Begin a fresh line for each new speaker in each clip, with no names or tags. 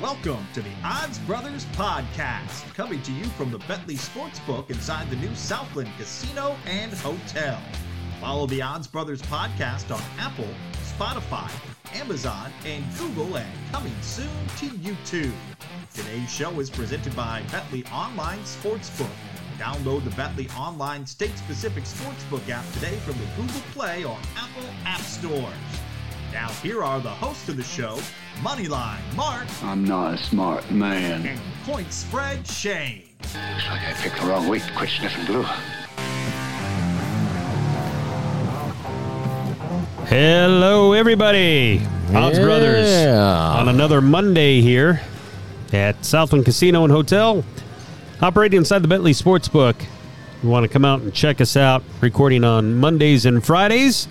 Welcome to the Odds Brothers Podcast, coming to you from the Bentley Sportsbook inside the new Southland Casino and Hotel. Follow the Odds Brothers Podcast on Apple, Spotify, Amazon, and Google, and coming soon to YouTube. Today's show is presented by Bentley Online Sportsbook. Download the Bentley Online State Specific Sportsbook app today from the Google Play or Apple App Stores. Now, here are the hosts of the show Moneyline Mark
I'm not a smart man.
and Point Spread Shane.
Looks like I picked the wrong week to quit sniffing glue.
Hello, everybody. Odds Brothers on another Monday here at Southland Casino and Hotel, operating inside the Bentley Sportsbook. You want to come out and check us out, recording on Mondays and Fridays.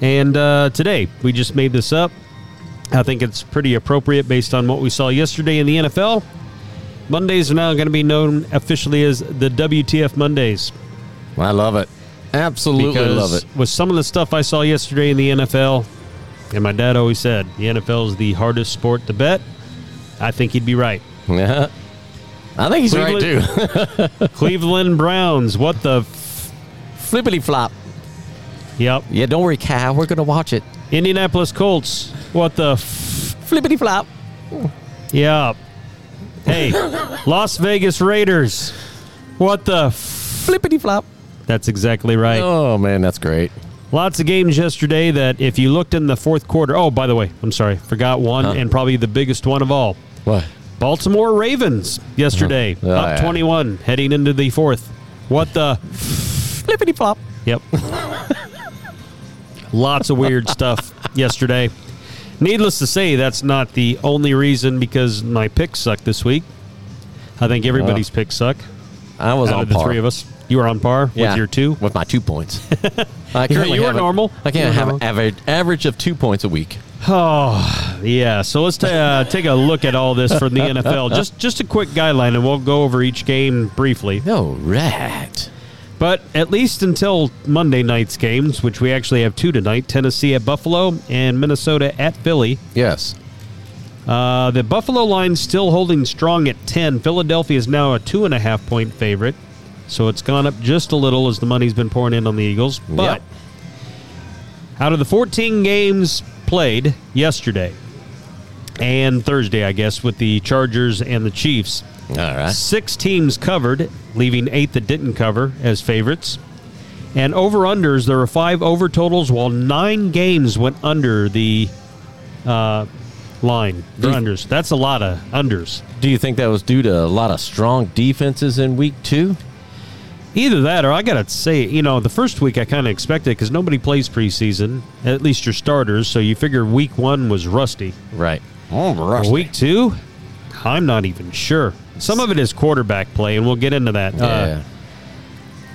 And uh, today, we just made this up. I think it's pretty appropriate based on what we saw yesterday in the NFL. Mondays are now going to be known officially as the WTF Mondays
I love it. Absolutely
because
love it.
with some of the stuff I saw yesterday in the NFL, and my dad always said the NFL is the hardest sport to bet. I think he'd be right.
Yeah. I think he's right too.
Cleveland- Cleveland Browns, what the? F-
Flippity flop.
yep.
Yeah, don't worry, Cal. We're gonna watch it.
Indianapolis Colts, what the? F-
Flippity flop.
yep. Hey, Las Vegas Raiders, what the? F-
Flippity flop.
That's exactly right.
Oh man, that's great.
Lots of games yesterday that if you looked in the fourth quarter. Oh, by the way, I'm sorry, forgot one
Huh.
and probably the biggest one of all.
What?
Baltimore Ravens yesterday,
Oh,
up
yeah.
21, heading into the fourth. What the?
Flippity flop.
Yep. Lots of weird stuff yesterday. Needless to say, that's not the only reason because my picks suck this week. I think everybody's picks suck.
I was
out
on
of the
par.
three of us, you were on par
Yeah,
with your two.
With my two points. I currently
you were
have a-
normal.
I
You
can't
were
have an
normal.
average average of two points a week.
Oh, yeah. So let's ta uh, take a look at all this from the NFL. Just just a quick guideline, and we'll go over each game briefly.
No rat.
But at least until Monday night's games, which we actually have two tonight Tennessee at Buffalo and Minnesota at Philly.
Yes.
Uh, the Buffalo line still holding strong at 10. Philadelphia is now a two and a half point favorite. So it's gone up just a little as the money's been pouring in on the Eagles. But
Yep.
out of the 14 games played yesterday and Thursday, I guess, with the Chargers and the Chiefs,
All right.
Uh, Six teams covered, leaving eight that didn't cover as favorites. And over unders, there were five over totals, while nine games went under the uh, line. The
Do you-
unders. That's a lot of unders.
Do you think that was due to a lot of strong defenses in week two?
Either that, or I gotta say, you know, the first week I kind of expected because nobody plays preseason, at least your starters. So you figure week one was rusty.
Right. Oh,
Or Week two, I'm not even sure. Some of it is quarterback play, and we'll get into that.
Yeah.
Uh,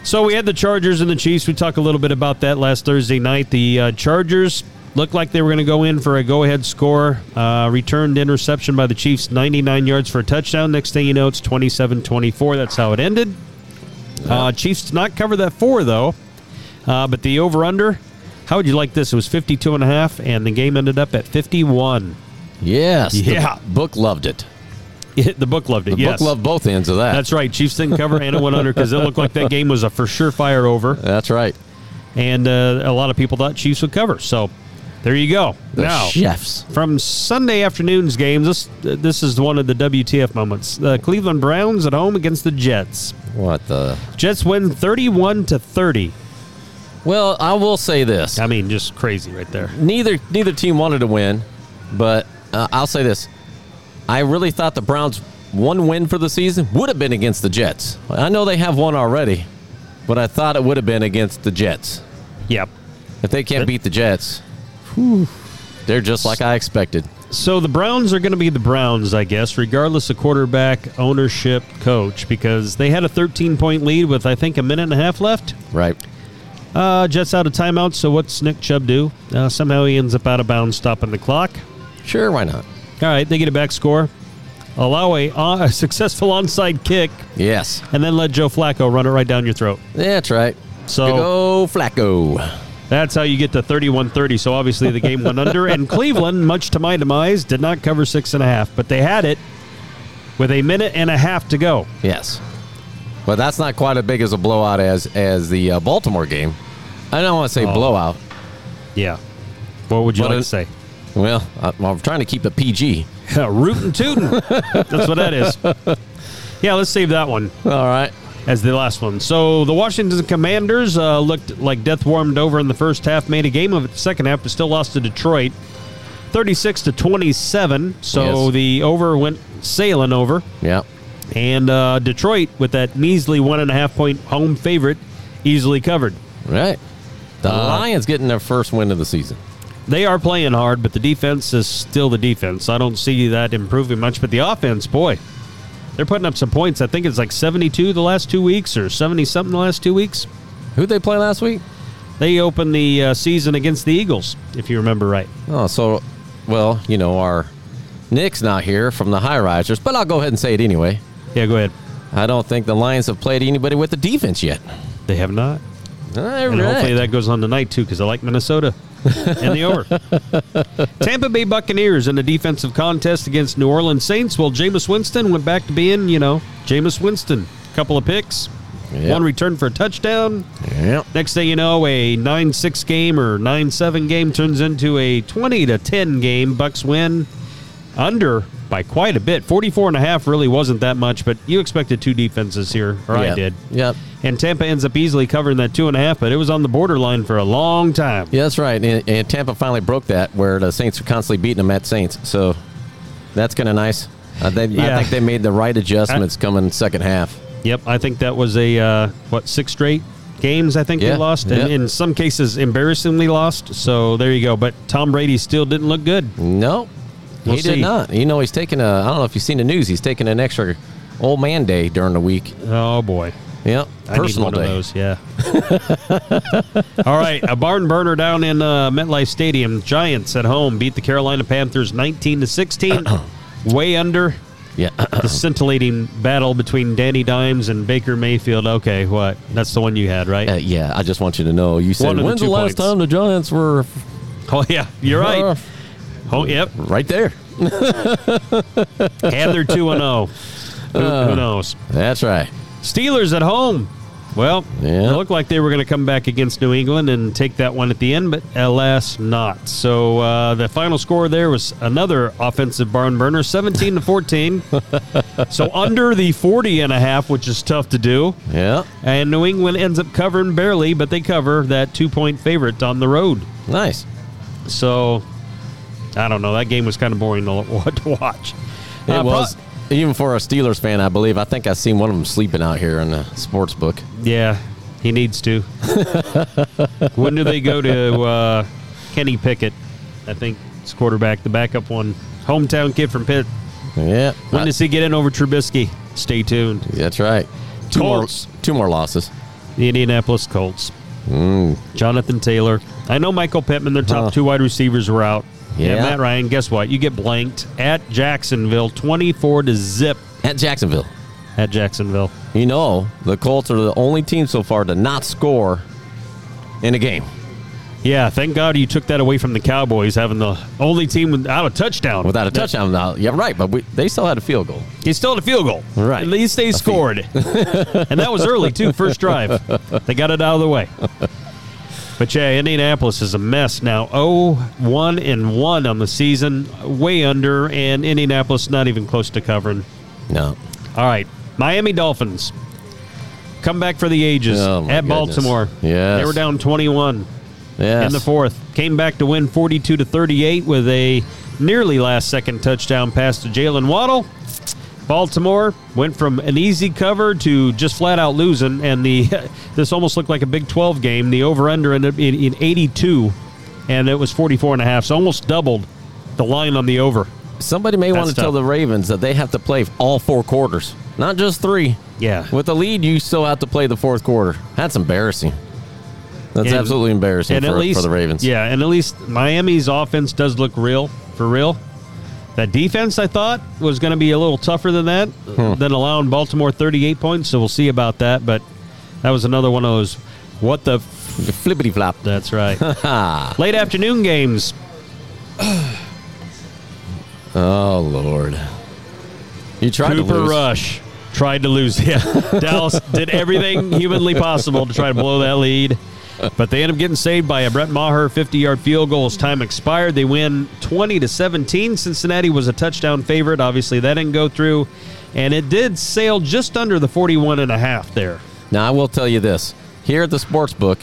So we had the Chargers and the Chiefs. We talked a little bit about that last Thursday night. The uh, Chargers looked like they were going to go in for a go-ahead score. Uh, returned interception by the Chiefs, 99 yards for a touchdown. Next thing you know, it's 27-24. That's how it ended. Uh, Chiefs did not cover that four, though. Uh, but the over-under, how would you like this? It was 52 and a half, and the game ended up at 51.
yes. the
Yeah.
book loved it.
the book loved it,
The
yes.
book loved both ends of that.
That's right. Chiefs didn't cover, and it went under because it looked like that game was a for sure fire over.
That's right.
and uh, a lot of people thought Chiefs would cover. So there you go.
The
now
chefs.
from Sunday afternoon's games, this this is one of the WTF moments. The Cleveland Browns at home against the Jets.
What the?
Jets win thirty-one to thirty.
Well, I will say this:
I mean, just crazy right there.
neither neither team wanted to win, but uh, I'll say this: I really thought the Browns' one win for the season would have been against the Jets. I know they have one already, but I thought it would have been against the Jets.
Yep.
If they can't beat the Jets, whew, they're just like I expected.
So the Browns are going to be the Browns, I guess, regardless of quarterback, ownership, coach, because they had a 13 point lead with, I think, a minute and a half left.
Right?
Uh, Jets out of timeout. So what's Nick Chubb do? Uh, somehow he ends up out of bounds, stopping the clock.
Sure, why not?
All right, they get a back score, allow a, on- a successful onside kick,
Yes,
and then let Joe Flacco run it right down your throat.
that's right.
So-
Good old Flacco.
That's how you get to 31 30. So obviously the game went under, and Cleveland, much to my demise, did not cover six and a half, but they had it with a minute and a half to go.
Yes, but that's not quite as big as a blowout as as the uh, Baltimore game. I don't want to
Oh.
say blowout.
Yeah. What would you
But
like
it-
to say?
Well, I, I'm trying to keep it PG.
Rootin' tootin'. That's what that is. Yeah, let's save that one
All right.
as the last one. So the Washington Commanders uh, looked like death warmed over in the first half, made a game of it the second half, but still lost to Detroit, thirty-six to twenty-seven. So
Yes.
the over went sailing over,
Yeah.
and uh, Detroit with that measly one and a half point home favorite easily covered.
Right. The
Uh,
Lions getting their first win of the season.
They are playing hard, but the defense is still the defense. I don't see that improving much. But the offense, boy, they're putting up some points. I think it's like 72 the last two weeks or 70 something the last two weeks.
Who'd they play last week?
They opened the uh, season against the Eagles, if you remember right.
Oh, so, well, you know, our Nick's not here from the high risers, but I'll go ahead and say it anyway.
Yeah, go ahead.
I don't think the Lions have played anybody with the defense yet.
They have not.
All
And hopefully
right.
that goes on tonight, too, because I like Minnesota and the over. Tampa Bay Buccaneers in a defensive contest against New Orleans Saints. Well, Jameis Winston went back to being, you know, Jameis Winston. couple of picks,
Yeah.
one return for a touchdown.
Yeah.
Next thing you know, a 9 6 game or 9 7 game turns into a 20 to 10 game. Bucks win under by quite a bit. 44 and a half really wasn't that much, but you expected two defenses here, or I
Yep.
did.
Yep.
And Tampa ends up easily covering that two and a half, but it was on the borderline for a long time.
Yeah, that's right. And, and Tampa finally broke that where the Saints were constantly beating them at Saints. So that's kind of nice. I think,
Yeah.
I think they made the right adjustments coming second half.
Yep, I think that was a, uh, what, six straight games I think
Yeah,
they lost, and
yep.
in some cases embarrassingly lost. So there you go. But Tom Brady still didn't look good.
No,
We'll
he
see.
did not. You know, he's taking a. I don't know if you've seen the news. He's taking an extra old man day during the week.
Oh, boy.
Yep, personal
I need one
day.
of those. Yeah. All right, a barn burner down in uh, MetLife Stadium. Giants at home beat the Carolina Panthers 19 to 16, way under
Yeah, uh,
the scintillating battle between Danny Dimes and Baker Mayfield. Okay, what? That's the one you had, right?
Uh, yeah. I just want you to know. You
One
said
of the
when's the
two
last
points."
time the Giants were
Oh yeah, you're
Uh-huh.
right. Oh yep,
right there.
and they're two and zero. Who,
Uh.
who knows?
That's right.
Steelers at home. Well,
Yeah.
it looked like they were going to come back against New England and take that one at the end, but alas, not. So uh, the final score there was another offensive barn burner, 17 to 14. so under the 40 and a half, which is tough to do.
Yeah,
And New England ends up covering barely, but they cover that two point favorite on the road.
nice.
So I don't know. That game was kind of boring to to watch.
It
Uh,
was even for a Steelers fan. I believe. I think I seen one of them sleeping out here in the sports book.
Yeah, he needs to. when do they go to uh, Kenny Pickett? I think it's quarterback, the backup one, hometown kid from Pitt.
Yeah,
When
I-
does he get in over Trubisky? Stay tuned.
that's right. Two
Colts.
more. Two more losses.
The Indianapolis Colts. Jonathan Taylor. I know Michael Pittman. Their top
Mm. Huh.
two wide receivers were out.
Yeah.
And Matt Ryan. Guess what? You get blanked at Jacksonville, twenty-four to zip
At Jacksonville.
at Jacksonville.
You know, the Colts are the only team so far to not score in a game
Yeah, thank God you took that away from the Cowboys, having the only team without a touchdown.
without a
That-
touchdown. Now, yeah, right, but we, they still had a field goal.
He's still at a field goal.
Right.
At least they scored. and that was early, too, first drive. They got it out of the way. But yeah, Indianapolis is a mess now. 0 1 and 1 on the season, way under, and Indianapolis not even close to covering.
No.
All right, Miami Dolphins. Come back for the ages
Oh, my
at
goodness.
Baltimore.
Yes.
They were down 21
Yes.
in the fourth. Came back to win 42 to 38 with a nearly last second touchdown pass to Jalen Waddle. Baltimore went from an easy cover to just flat out losing, and the this almost looked like a Big 12 game. The over under ended up in, in 82, and it was 44 and a half, so almost doubled the line on the over.
Somebody may want to
That's
tell
tough.
the Ravens that they have to play all four quarters, not just three.
Yeah.
With the lead, you still have to play the fourth quarter. That's embarrassing. That's
And-
absolutely embarrassing for, for the Ravens.
Yeah, and at least Miami's offense does look real for real. That defense I thought was going to be a little tougher than that,
Hmm.
than allowing Baltimore 38 points. So we'll see about that. But that was another one of those. What the? F-
Flippity flop.
that's right. Late afternoon games.
Oh, Lord. You tried to
Cooper
lose.
Rush tried to lose. Yeah, Dallas did everything humanly possible to try to blow that lead, but they end up getting saved by a Brett Maher 50-yard field goal. As time expired, they win 20 to 17. Cincinnati was a touchdown favorite. Obviously, that didn't go through, and it did sail just under the 41 and a half there.
Now I will tell you this: here at the sports book,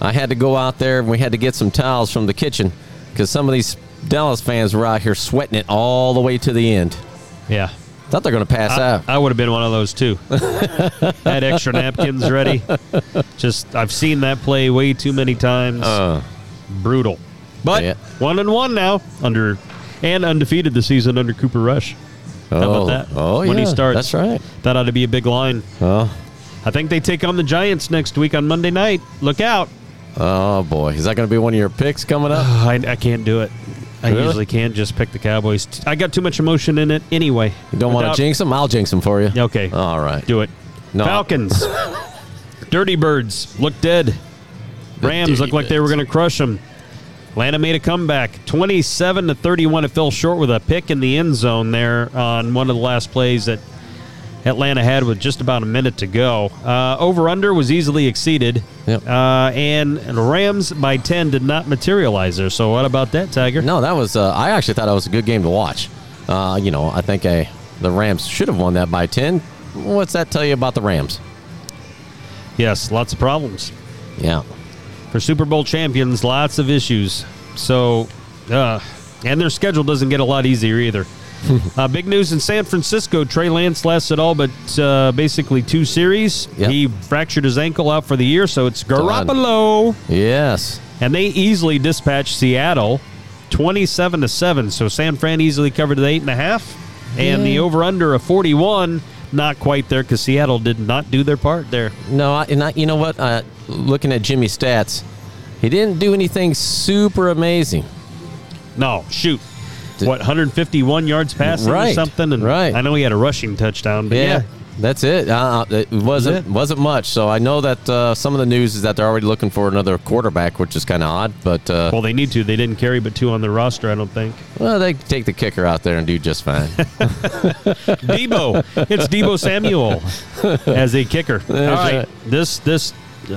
I had to go out there and we had to get some towels from the kitchen because some of these Dallas fans were out here sweating it all the way to the end.
Yeah.
Thought they're going to pass
I,
out.
I would have been one of those too. Had extra napkins ready. Just I've seen that play way too many times.
Uh,
Brutal. But
Yeah.
one and one now under and undefeated the season under Cooper Rush. How
oh,
about that?
Oh,
When he
yeah,
starts.
That's right.
That ought to be a big line.
Oh,
I think they take on the Giants next week on Monday night. Look out.
oh boy, is that going to be one of your picks coming up?
I, I can't do it. I
Really?
usually can't just pick the Cowboys. I got too much emotion in it anyway.
You don't want
Without-
to jinx them? I'll jinx them for you.
Okay.
All right.
Do it.
No.
Falcons. Dirty Birds look dead. Rams
Dirty
looked like they were
Birds.
going to crush them. Atlanta made a comeback, 27 to 31. It fell short with a pick in the end zone there on one of the last plays that Atlanta had with just about a minute to go. Uh, over under was easily exceeded,
Yep.
uh, and Rams by 10 did not materialize there. So what about that, Tiger?
No, that was. Uh, I actually thought that was a good game to watch. Uh, you know, I think uh the Rams should have won that by ten. What's that tell you about the Rams?
Yes, lots of problems.
Yeah.
for Super Bowl champions, lots of issues. So, uh, and their schedule doesn't get a lot easier either. uh, big news in San Francisco: Trey Lance lasted all but uh, basically two series.
Yep.
He fractured his ankle out for the year, so it's Garoppolo,
Yes.
and they easily dispatched Seattle, twenty-seven to seven. So San Fran easily covered the eight and a half, and the over/under of forty-one. Not quite there because Seattle did not do their part there.
No, I, and I, you know what? Uh, looking at Jimmy's stats, he didn't do anything super amazing.
No, shoot. What 151 yards passing or
Right,
something? And
right.
I know he had a rushing touchdown, but
Yeah,
yeah,
that's it. Uh, it wasn't
That's it.
wasn't much. So I know that uh, some of the news is that they're already looking for another quarterback, which is kind of odd. But uh,
Well, they need to. They didn't carry but two on their roster, I don't think.
well, they can take the kicker out there and do just fine.
Debo, it's Debo Samuel as a kicker. All right,
right.
this this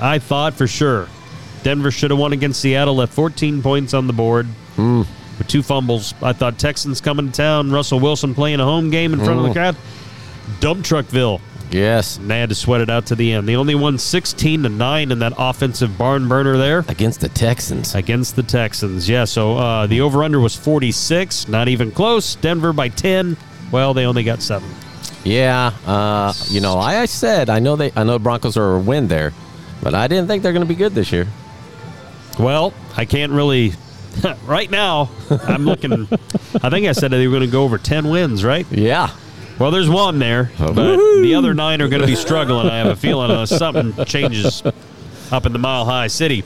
I thought for sure Denver should have won against Seattle. Left 14 points on the board
Hmm.
with two fumbles. I thought Texans coming to town. Russell Wilson playing a home game in front of the crowd. Dump Truckville.
yes,
and they had to sweat it out to the end. They only won 16 to 9 in that offensive barn burner there
against the Texans.
against the Texans. Yeah, so uh, the over under was 46, not even close. Denver by 10. Well, they only got 7.
Yeah, uh, you know, I, I said I know they I know Broncos are a win there, but I didn't think they're going to be good this year.
Well, I can't really right now. I'm looking I think I said they were going to go over 10 wins, right?
Yeah,
Well, there's one there, but the other 9 are going to be struggling. I have a feeling unless something changes up in the Mile High City.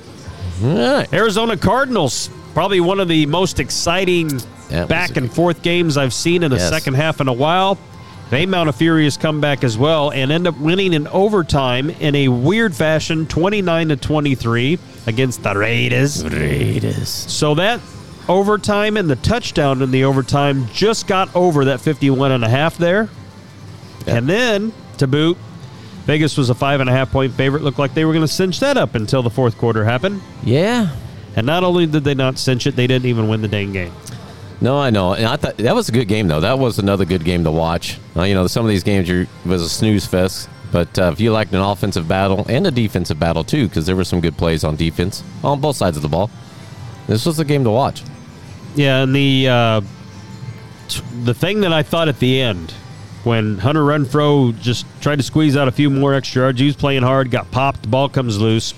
all right.
Arizona Cardinals, probably one of the most exciting
That was
back
a-
and forth games I've seen in the
Yes.
second half in a while. They mount a furious comeback as well and end up winning in overtime in a weird fashion, 29 to 23 against the Raiders.
Raiders.
So that overtime and the touchdown in the overtime just got over that 51 and a half there.
Yeah.
And then to boot, Vegas was a five and a half point favorite. Looked like they were going to cinch that up until the fourth quarter happened.
Yeah.
And not only did they not cinch it, they didn't even win the dang game.
No, I know, and I thought that was a good game though. That was another good game to watch. Uh, you know, some of these games you was a snooze fest, but uh, if you liked an offensive battle and a defensive battle too, because there were some good plays on defense on both sides of the ball. This was a game to watch.
Yeah, and the uh, t- the thing that I thought at the end when Hunter Renfro just tried to squeeze out a few more extra yards, he was playing hard, got popped, the ball comes loose.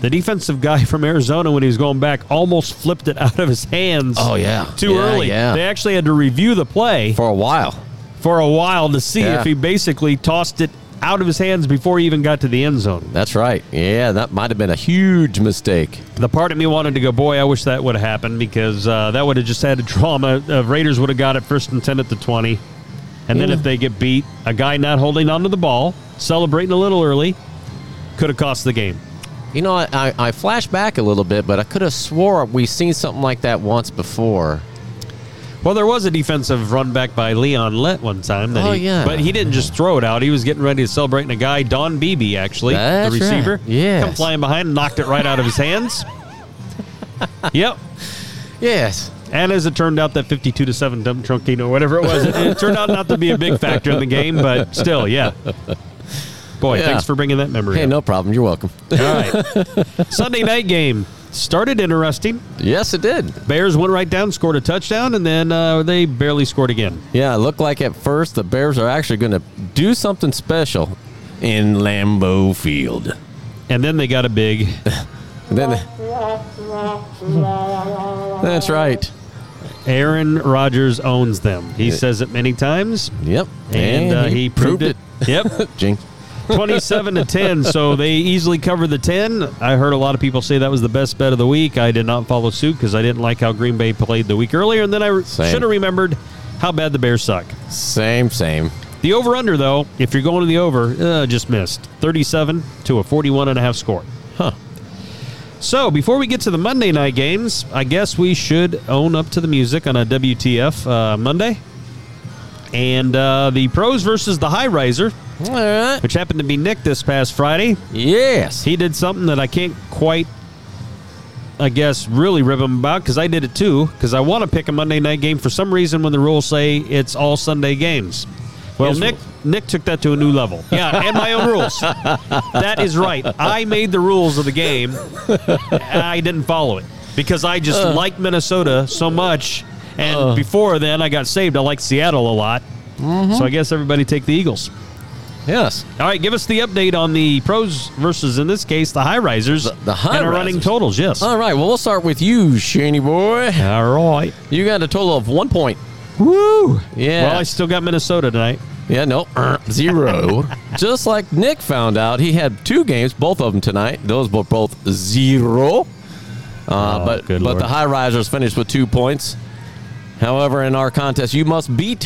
The defensive guy from Arizona, when he was going back, almost flipped it out of his hands.
Oh, yeah.
too
Yeah,
early.
yeah.
They actually had to review the play
For a while,
for a while to see
Yeah.
if he basically tossed it out of his hands before he even got to the end zone.
that's right. Yeah, that might have been a huge mistake.
The part of me wanted to go, boy, I wish that would have happened because uh, that would have just had a drama. Uh, Raiders would have got it first and 10 at the 20. And then
Yeah.
if they get beat, a guy not holding onto the ball, celebrating a little early, could have cost the game.
You know, I, I, I flash back a little bit, but I could have swore we seen something like that once before.
Well, there was a defensive run back by Leon Lett one time. That
Oh,
he,
yeah.
But he didn't just throw it out. He was getting ready to celebrate, and a guy, Don Beebe, actually,
That's
the
right.
receiver,
Yes.
come flying behind and knocked it right out of his hands. yep.
Yes.
And as it turned out, that 52 to 7 dump trunking or whatever it was, it, it turned out not to be a big factor in the game, but still, yeah. Boy,
Yeah.
thanks for bringing that memory.
Hey,
up.
no problem. You're welcome.
All right. Sunday night game started interesting.
yes, it did.
Bears went right down, scored a touchdown, and then uh, they barely scored again.
Yeah, it looked like at first the Bears are actually going to do something special in Lambeau Field.
And then they got a big.
Then, that's right.
Aaron Rodgers owns them. He says it many times,
Yep.
and, uh, he, proved, it. Yep,
Jing.
twenty-seven to ten. So they easily covered the ten. I heard a lot of people say that was the best bet of the week. I did not follow suit because I didn't like how Green Bay played the week earlier, and then I re-
Same.
should have remembered how bad the Bears suck.
Same, same.
The over/under, though, if you're going to the over, uh, just missed thirty-seven to a forty-one and a half score.
Huh.
So before we get to the Monday night games, I guess we should own up to the music on a WTF uh, Monday. And uh, the pros versus the high riser,
All right.
which happened to be Nick this past Friday.
Yes.
He did something that I can't quite, I guess, really rib him about because I did it too. Because I want to pick a Monday night game for some reason when the rules say it's all Sunday games. Well,
His
Nick Nick took that to a new level. Yeah, and my own rules. That is right. I made the rules of the game, and I didn't follow it because I just like Minnesota so much. And before then, I got saved. I like Seattle a lot. So I guess everybody take the Eagles.
yes.
All right, give us the update on the pros versus, in this case, the high risers
the high
and our running
risers.
totals. Yes.
All right. Well, we'll start with you, Shaney boy.
All right.
You got a total of one point.
Woo.
Yeah.
Well, I still got Minnesota tonight.
Yeah, no, er, zero. Just like Nick found out, he had two games, both of them tonight. Those were both zero. Uh,
Oh,
but
good
but
Lord.
the high risers finished with two points. However, in our contest, you must beat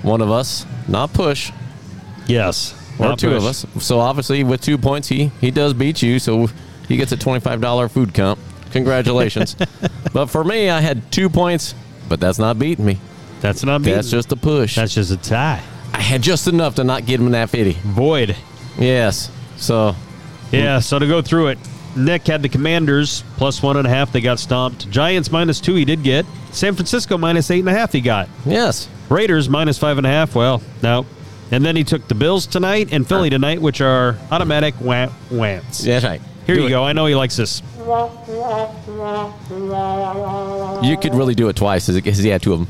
one of us, not push,
Yes.
or
Not
two of
push.
us. So obviously, with two points, he he does beat you. So he gets a twenty five dollar food comp. Congratulations. but for me, I had two points, but that's not beating me.
That's not me.
That's just a push.
That's just a tie.
I had just enough to not get him in that fifty.
Void.
Yes. So
Yeah. So to go through it, Nick had the Commanders plus one and a half. They got stomped. Giants minus two. He did get. San Francisco minus eight and a half. He got.
Yes.
Raiders minus five and a half. Well, no. And then he took the Bills tonight and Philly tonight, which are automatic wha- wants.
That's right.
Here
Do
you
it.
go. I know he likes this.
You could really do it twice because he had two of them.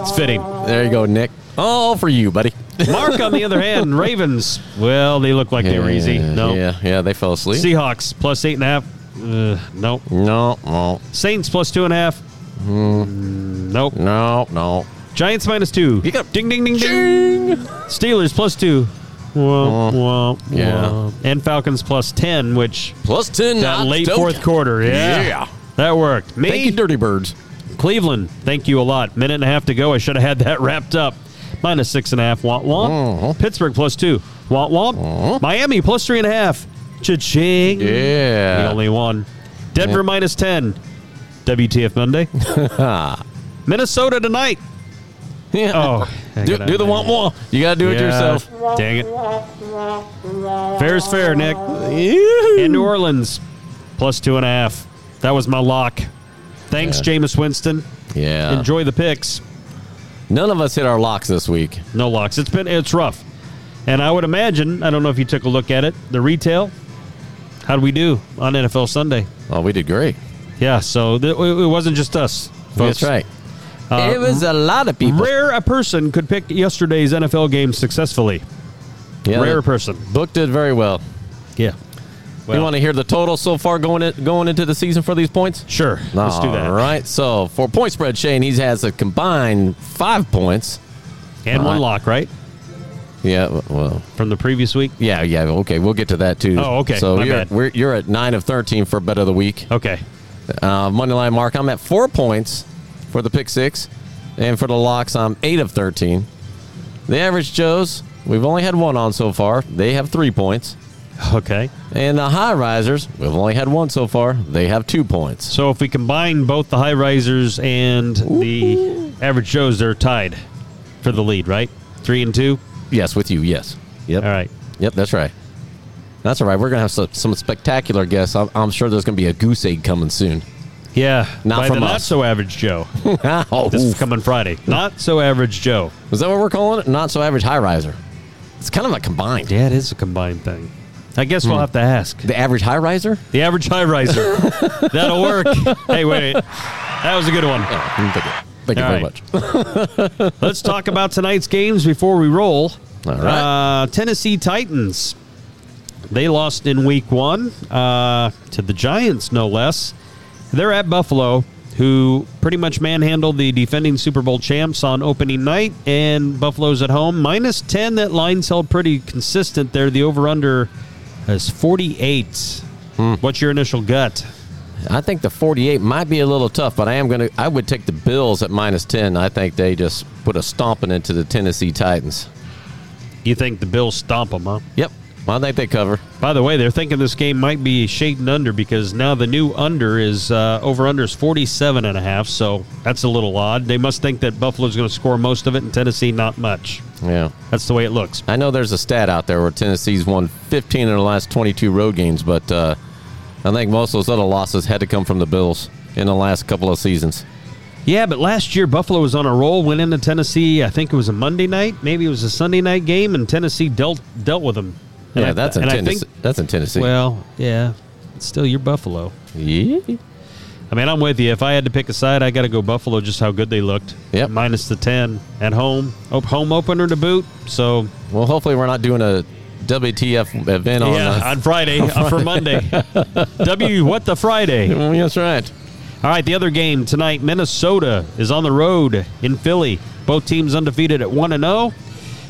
It's fitting.
There you go, Nick. All for you, buddy.
Mark, on the other hand, Ravens. Well, they look like they were easy. No.
Yeah, yeah, they fell asleep.
Seahawks plus eight and a half. Uh, no.
no, no,
Saints plus two and a half. Mm, nope.
no, no.
Giants minus two.
Mm-hmm. You got-
ding ding ding ding. Steelers plus two. Womp, womp,
Yeah.
womp. And Falcons plus ten, which
Plus 10.
that
I
late
told
fourth
ya.
quarter. Yeah.
Yeah.
That worked. Me,
Thank you, Dirty Birds.
Cleveland. Thank you a lot. Minute and a half to go. I should have had that wrapped up. Minus six and a half. Womp womp.
Uh-huh.
Pittsburgh plus two. Womp womp. Miami plus three and a half. Cha-ching.
Yeah.
The only one. Denver minus 10. WTF Monday. Minnesota tonight.
Yeah.
Oh. I
do,
gotta-
do the want one. You got to do it
Yeah.
yourself.
Dang it. Fair's fair, Nick. And New Orleans plus two and a half. That was my lock. Thanks, Jameis Winston.
Yeah.
Enjoy the picks.
None of us hit our locks this week.
No locks. It's been it's rough, and I would imagine. I don't know if you took a look at it. The retail. How do we do on NFL Sunday?
Oh, we did great.
Yeah, so th- it it wasn't just us. Folks.
That's right. it was a lot of people.
Uh, Rare a person could pick yesterday's NFL game successfully.
Yeah,
Rare
the
person.
Book did very well.
Yeah.
you want to hear the total so far going in, going into the season for these points?
Sure. Let's do that.
All right. So for point spread, Shane, he has a combined five points.
And one
All
lock, right?
Yeah. w- Well.
From the previous week.
Yeah. Yeah. Okay. We'll get to that too.
Oh, okay,
So
my
you're
bad.
We're, you're at nine of thirteen for bet of the week.
Okay.
Uh, Monday line mark. I'm at four points for the pick six, and for the locks, I'm eight of thirteen. The average Joes. We've only had one on so far. They have three points.
Okay.
And the high risers, we've only had one so far. They have two points.
So if we combine both the high risers and the average Joes, they're tied for the lead, right? Three and two.
Yes, with you. Yes. Yep.
All right.
Yep, that's right. That's all right. We're gonna have some, some spectacular guests. I'm, I'm sure there's gonna be a goose egg coming soon.
Yeah.
Not
by
from
the
us.
not so average Joe.
oh,
This is coming Friday. Not so average Joe.
is that what we're calling it? Not so average high riser. It's kind of a combined.
Yeah, it is a combined thing. Hmm. I guess we'll have to ask.
The average high riser.
The average high riser. That'll work. Hey, wait. That was a good one.
Thank you, Thank you
All
very
right.
much.
Let's talk about tonight's games before we roll.
All right.
Uh, Tennessee Titans. They lost in week one uh, to the Giants, no less. They're at Buffalo, who pretty much manhandled the defending Super Bowl champs on opening night, and Buffalo's at home. Minus 10, that line's held pretty consistent there. The over under is 48.
Hmm.
What's your initial gut?
I think the 48 might be a little tough, but I am gonna. I would take the Bills at minus 10. I think they just put a stomping into the Tennessee Titans.
You think the Bills stomp them, huh?
Yep. I think they cover.
By the way, they're thinking this game might be shading under because now the new under is uh, over under is 47 and a half, so that's a little odd. They must think that Buffalo's going to score most of it and Tennessee not much.
Yeah.
That's the way it looks.
I know there's a stat out there where Tennessee's won 15 of the last 22 road games, but uh, I think most of those other losses had to come from the Bills in the last couple of seasons.
Yeah, but last year Buffalo was on a roll, went into Tennessee. I think it was a Monday night, maybe it was a Sunday night game, and Tennessee dealt dealt with them. And
yeah,
I-
that's in
and I
Tennessee.
think-
that's in Tennessee.
well, yeah, it's still your Buffalo.
yeah.
I mean, I'm with you. If I had to pick a side, I got to go Buffalo. Just how good they looked.
Yep.
Minus the ten at home, op- home opener to boot. So
Well, hopefully we're not doing a WTF event on.
yeah,
uh,
on Friday uh, for Monday. w what the Friday? All
well, that's right.
right, the other game tonight. Minnesota is on the road in Philly. Both teams undefeated at one and zero.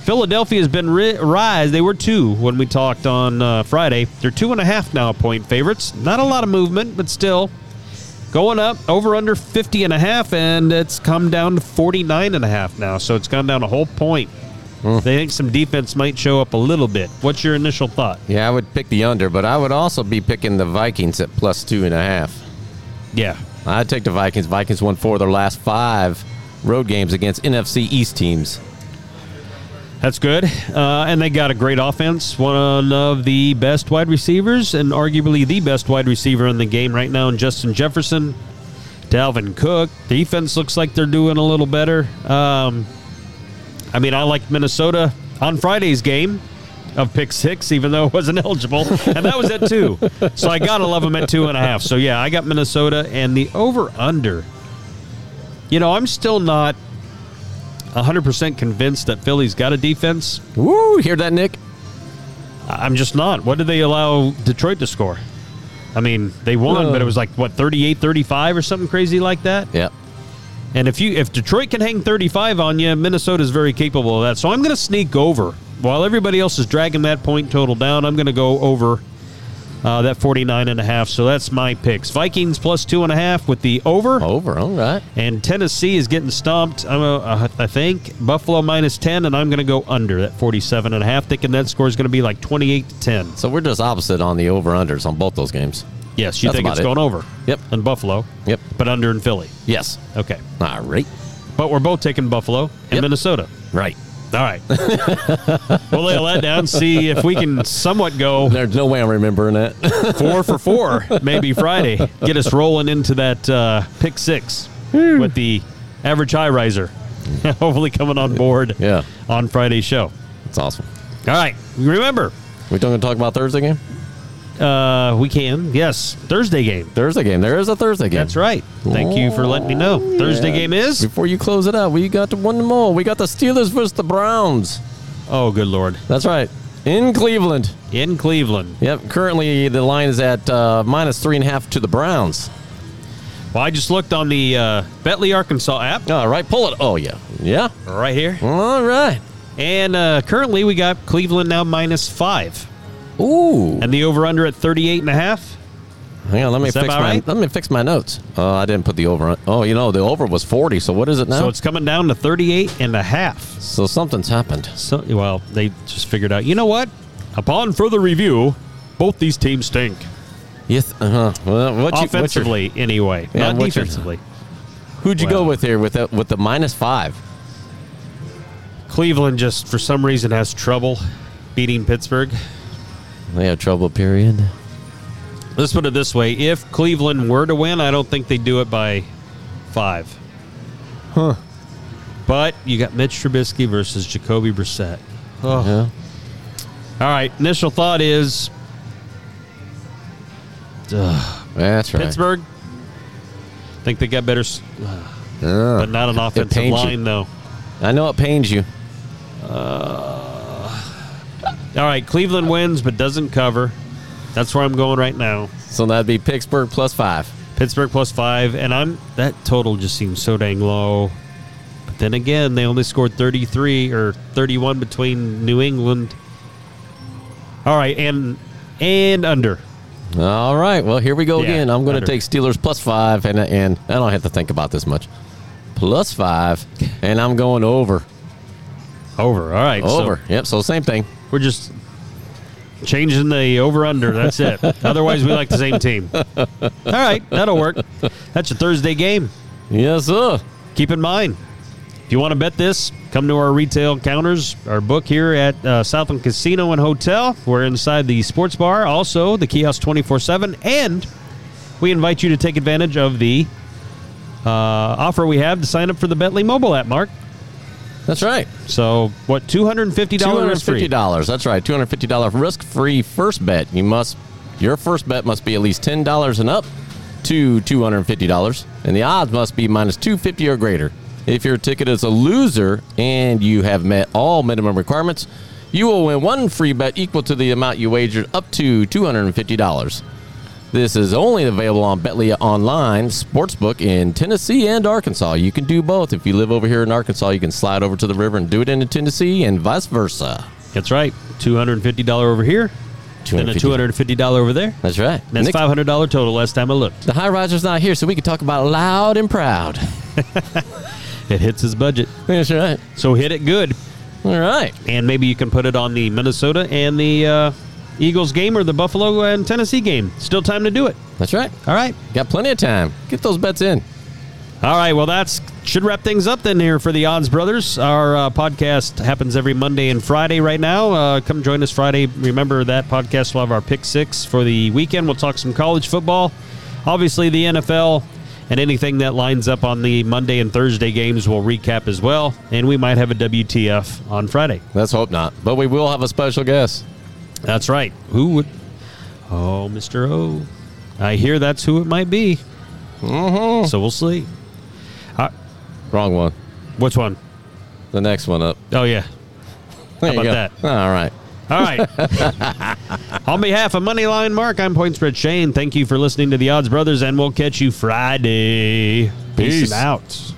Philadelphia has been ri- rise. They were two when we talked on uh, Friday. They're two and a half now point favorites. Not a lot of movement, but still going up over under 50 and a half and it's come down to 49 and a half now so it's gone down a whole point they think some defense might show up a little bit what's your initial thought
Yeah, I would pick the under, but I would also be picking the Vikings at plus two and a half.
yeah
I'd take the Vikings. Vikings won four of their last five road games against NFC East teams.
That's good. Uh, and they got a great offense, one of the best wide receivers, and arguably the best wide receiver in the game right now in Justin Jefferson, Dalvin Cook. Defense looks like they're doing a little better. Um, I mean, I liked Minnesota on Friday's game of pick six, even though it wasn't eligible, and that was at two. So I got to love them at two and a half. So yeah, I got Minnesota and the over under. You know, I'm still not 100% convinced that Philly's got a defense.
Woo! Hear that, Nick?
I- I'm just not. What did they allow Detroit to score? I mean, they won,
Uh.
but it was like what 38-35 or something crazy like that.
Yep.
And if you if Detroit can hang 35 on you, Minnesota's very capable of that. So I'm going to sneak over. While everybody else is dragging that point total down, I'm going to go over uh, that 49 and a half. So that's my picks. Vikings plus two and a half with the over.
Over. All right.
And Tennessee is getting stomped. I'm a, uh, I think Buffalo minus 10, and I'm going to go under that 47 and a half, thinking that score is going to be like 28 to 10.
So we're just opposite on the over unders on both those games.
Yes, you
That's
think
about
it's
it.
going over.
Yep.
In Buffalo,
Yep.
but under in Philly.
Yes.
Okay.
All right.
But we're both taking Buffalo and
Yep.
Minnesota.
Right.
All right. we'll lay all that down, see if we can somewhat go
There's no way I'm remembering that.
four for four, maybe Friday. Get us rolling into that uh, pick six with the average high riser. Hopefully coming on board
Yeah.
on Friday's show.
It's awesome.
All right. Remember,
We don't gonna talk about Thursday game.
uh, we can. Yes, Thursday game.
Thursday game. There is a Thursday game.
That's right. Thank you for letting me know. Thursday game is.
Before you close it out, we got one more. We got the Steelers versus the Browns.
Oh, good lord!
That's right. In Cleveland.
In Cleveland.
Yep. Currently, the line is at uh, minus three and a half to the Browns.
Well, I just looked on the uh, Betley, Arkansas app
All right. Pull it. Oh yeah. Yeah.
right here,
All right.
and uh, currently we got Cleveland now minus five,
Ooh.
and the over/under at 38 and a half.
Hang on. Let me
Is that
fix
about
my.
right?
Let me fix my notes. Oh, I didn't put the over. on- Oh, you know the over was forty. So what is it now?
So it's coming down to 38 and a half.
So something's happened.
So, well, they just figured out. You know what? Upon further review, both these teams stink.
Yes. Uh huh. Well, what you- what's your-
Offensively, anyway,
Yeah,
not
what's your-
defensively.
who'd you go
Well.
with here with the, with the minus five?
Cleveland just for some reason has trouble beating Pittsburgh.
They have trouble. Period.
Let's put it this way: if Cleveland were to win, I don't think they do it by five. Huh. But you got Mitch Trubisky versus Jacoby Brissett. Oh.
Yeah.
All right. Initial thought is
That's right.
Pittsburgh. Think they got better, s-
Yeah.
but not an offensive
pains you.
line though.
I know it pains you.
All right, Cleveland wins but doesn't cover. That's where I'm going right now.
So that'd be Pittsburgh plus five.
Pittsburgh plus five, and I'm that total just seems so dang low. But then again, they only scored 33 or 31 between New England. All right, and and under.
All right. Well, here we go
Yeah,
again. I'm going to
under.
take Steelers plus five, and and I don't have to think about this much. Plus five, and I'm going over.
Over. All right, so
Over. yep. So same thing.
we're just changing the over under. That's it. Otherwise, we like the same team. All right, that'll work. That's your Thursday game.
Yes, sir.
keep in mind if you want to bet this come to our retail counters our book here at uh, southland casino and hotel we're inside the sports bar also the kiosk 24-7 and we invite you to take advantage of the uh, offer we have to sign up for the bentley mobile app mark
That's right.
so what $250
Two hundred
is free
fifty dollars. That's right. Two hundred fifty dollar risk free first bet. You must. Your first bet must be at least ten dollars and up to two hundred fifty dollars, and the odds must be minus two fifty or greater. If your ticket is a loser and you have met all minimum requirements, you will win one free bet equal to the amount you wagered up to two hundred and fifty dollars. This is only available on Betley Online Sportsbook in Tennessee and Arkansas. You can do both. If you live over here in Arkansas, you can slide over to the river and do it into Tennessee and vice versa.
that's right $250 over here then a $250 over there
That's right.
and that's
Nick,
$500 total last time i looked
The high riser's not here, so we can talk about loud and proud.
it hits his budget
That's right.
so hit it good
All right.
and maybe you can put it on the Minnesota and the uh, Eagles game or the Buffalo and Tennessee game. Still time to do it.
That's right.
All right.
Got plenty of time. Get those bets in.
All right. Well, that's should wrap things up then here for the Odds Brothers. Our uh, podcast happens every Monday and Friday right now. Uh, come join us Friday. Remember that podcast will have our pick six for the weekend. We'll talk some college football, obviously the NFL, and anything that lines up on the Monday and Thursday games. We'll recap as well, and we might have a WTF on Friday.
Let's hope not. But we will have a special guest.
That's right. Who would? Oh, Mr. O. I hear that's who it might be. So we'll see. Uh,
Wrong one.
which one?
The next one up.
Oh, yeah.
There you
about
go. All right.
All right. On behalf of Moneyline Mark, I'm Point Spread Shane. Thank you for listening to the Odds Brothers, and we'll catch you Friday.
Peace.
Peace out.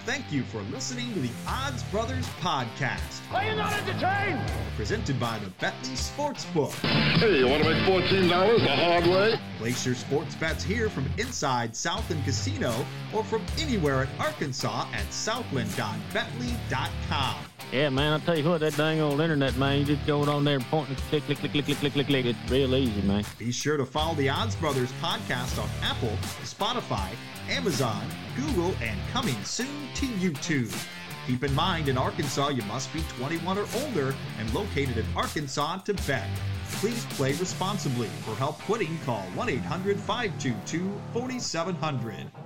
Thank you for listening to the Odds Brothers Podcast,
Are you not entertained?
presented by the Betley Sportsbook.
Hey, you want to make $14 the hard way?
Place your sports bets here from inside Southland Casino or from anywhere in Arkansas at southland.betley.com.
Yeah, man, I tell you what, that dang old internet, man, you just go on there and point and click, click, click, click, click, click, click, click. It's real easy, man.
Be sure to follow the Odds Brothers podcast on Apple, Spotify, Amazon, Google, and coming soon to YouTube. Keep in mind, in Arkansas, you must be 21 or older and located in Arkansas to bet. Please play responsibly. For help quitting, call 1 800 522 4700.